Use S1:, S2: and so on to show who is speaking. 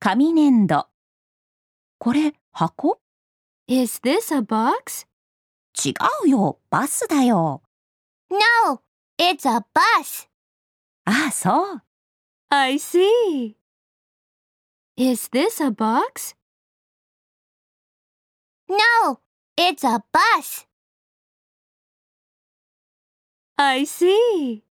S1: 紙粘土。これ、箱
S2: Is this a box?
S1: 違うよ、バスだよ。
S3: No, it's a bus.
S1: ああ、そう。
S2: I see. Is this a box?
S3: No, it's a bus.
S2: I see.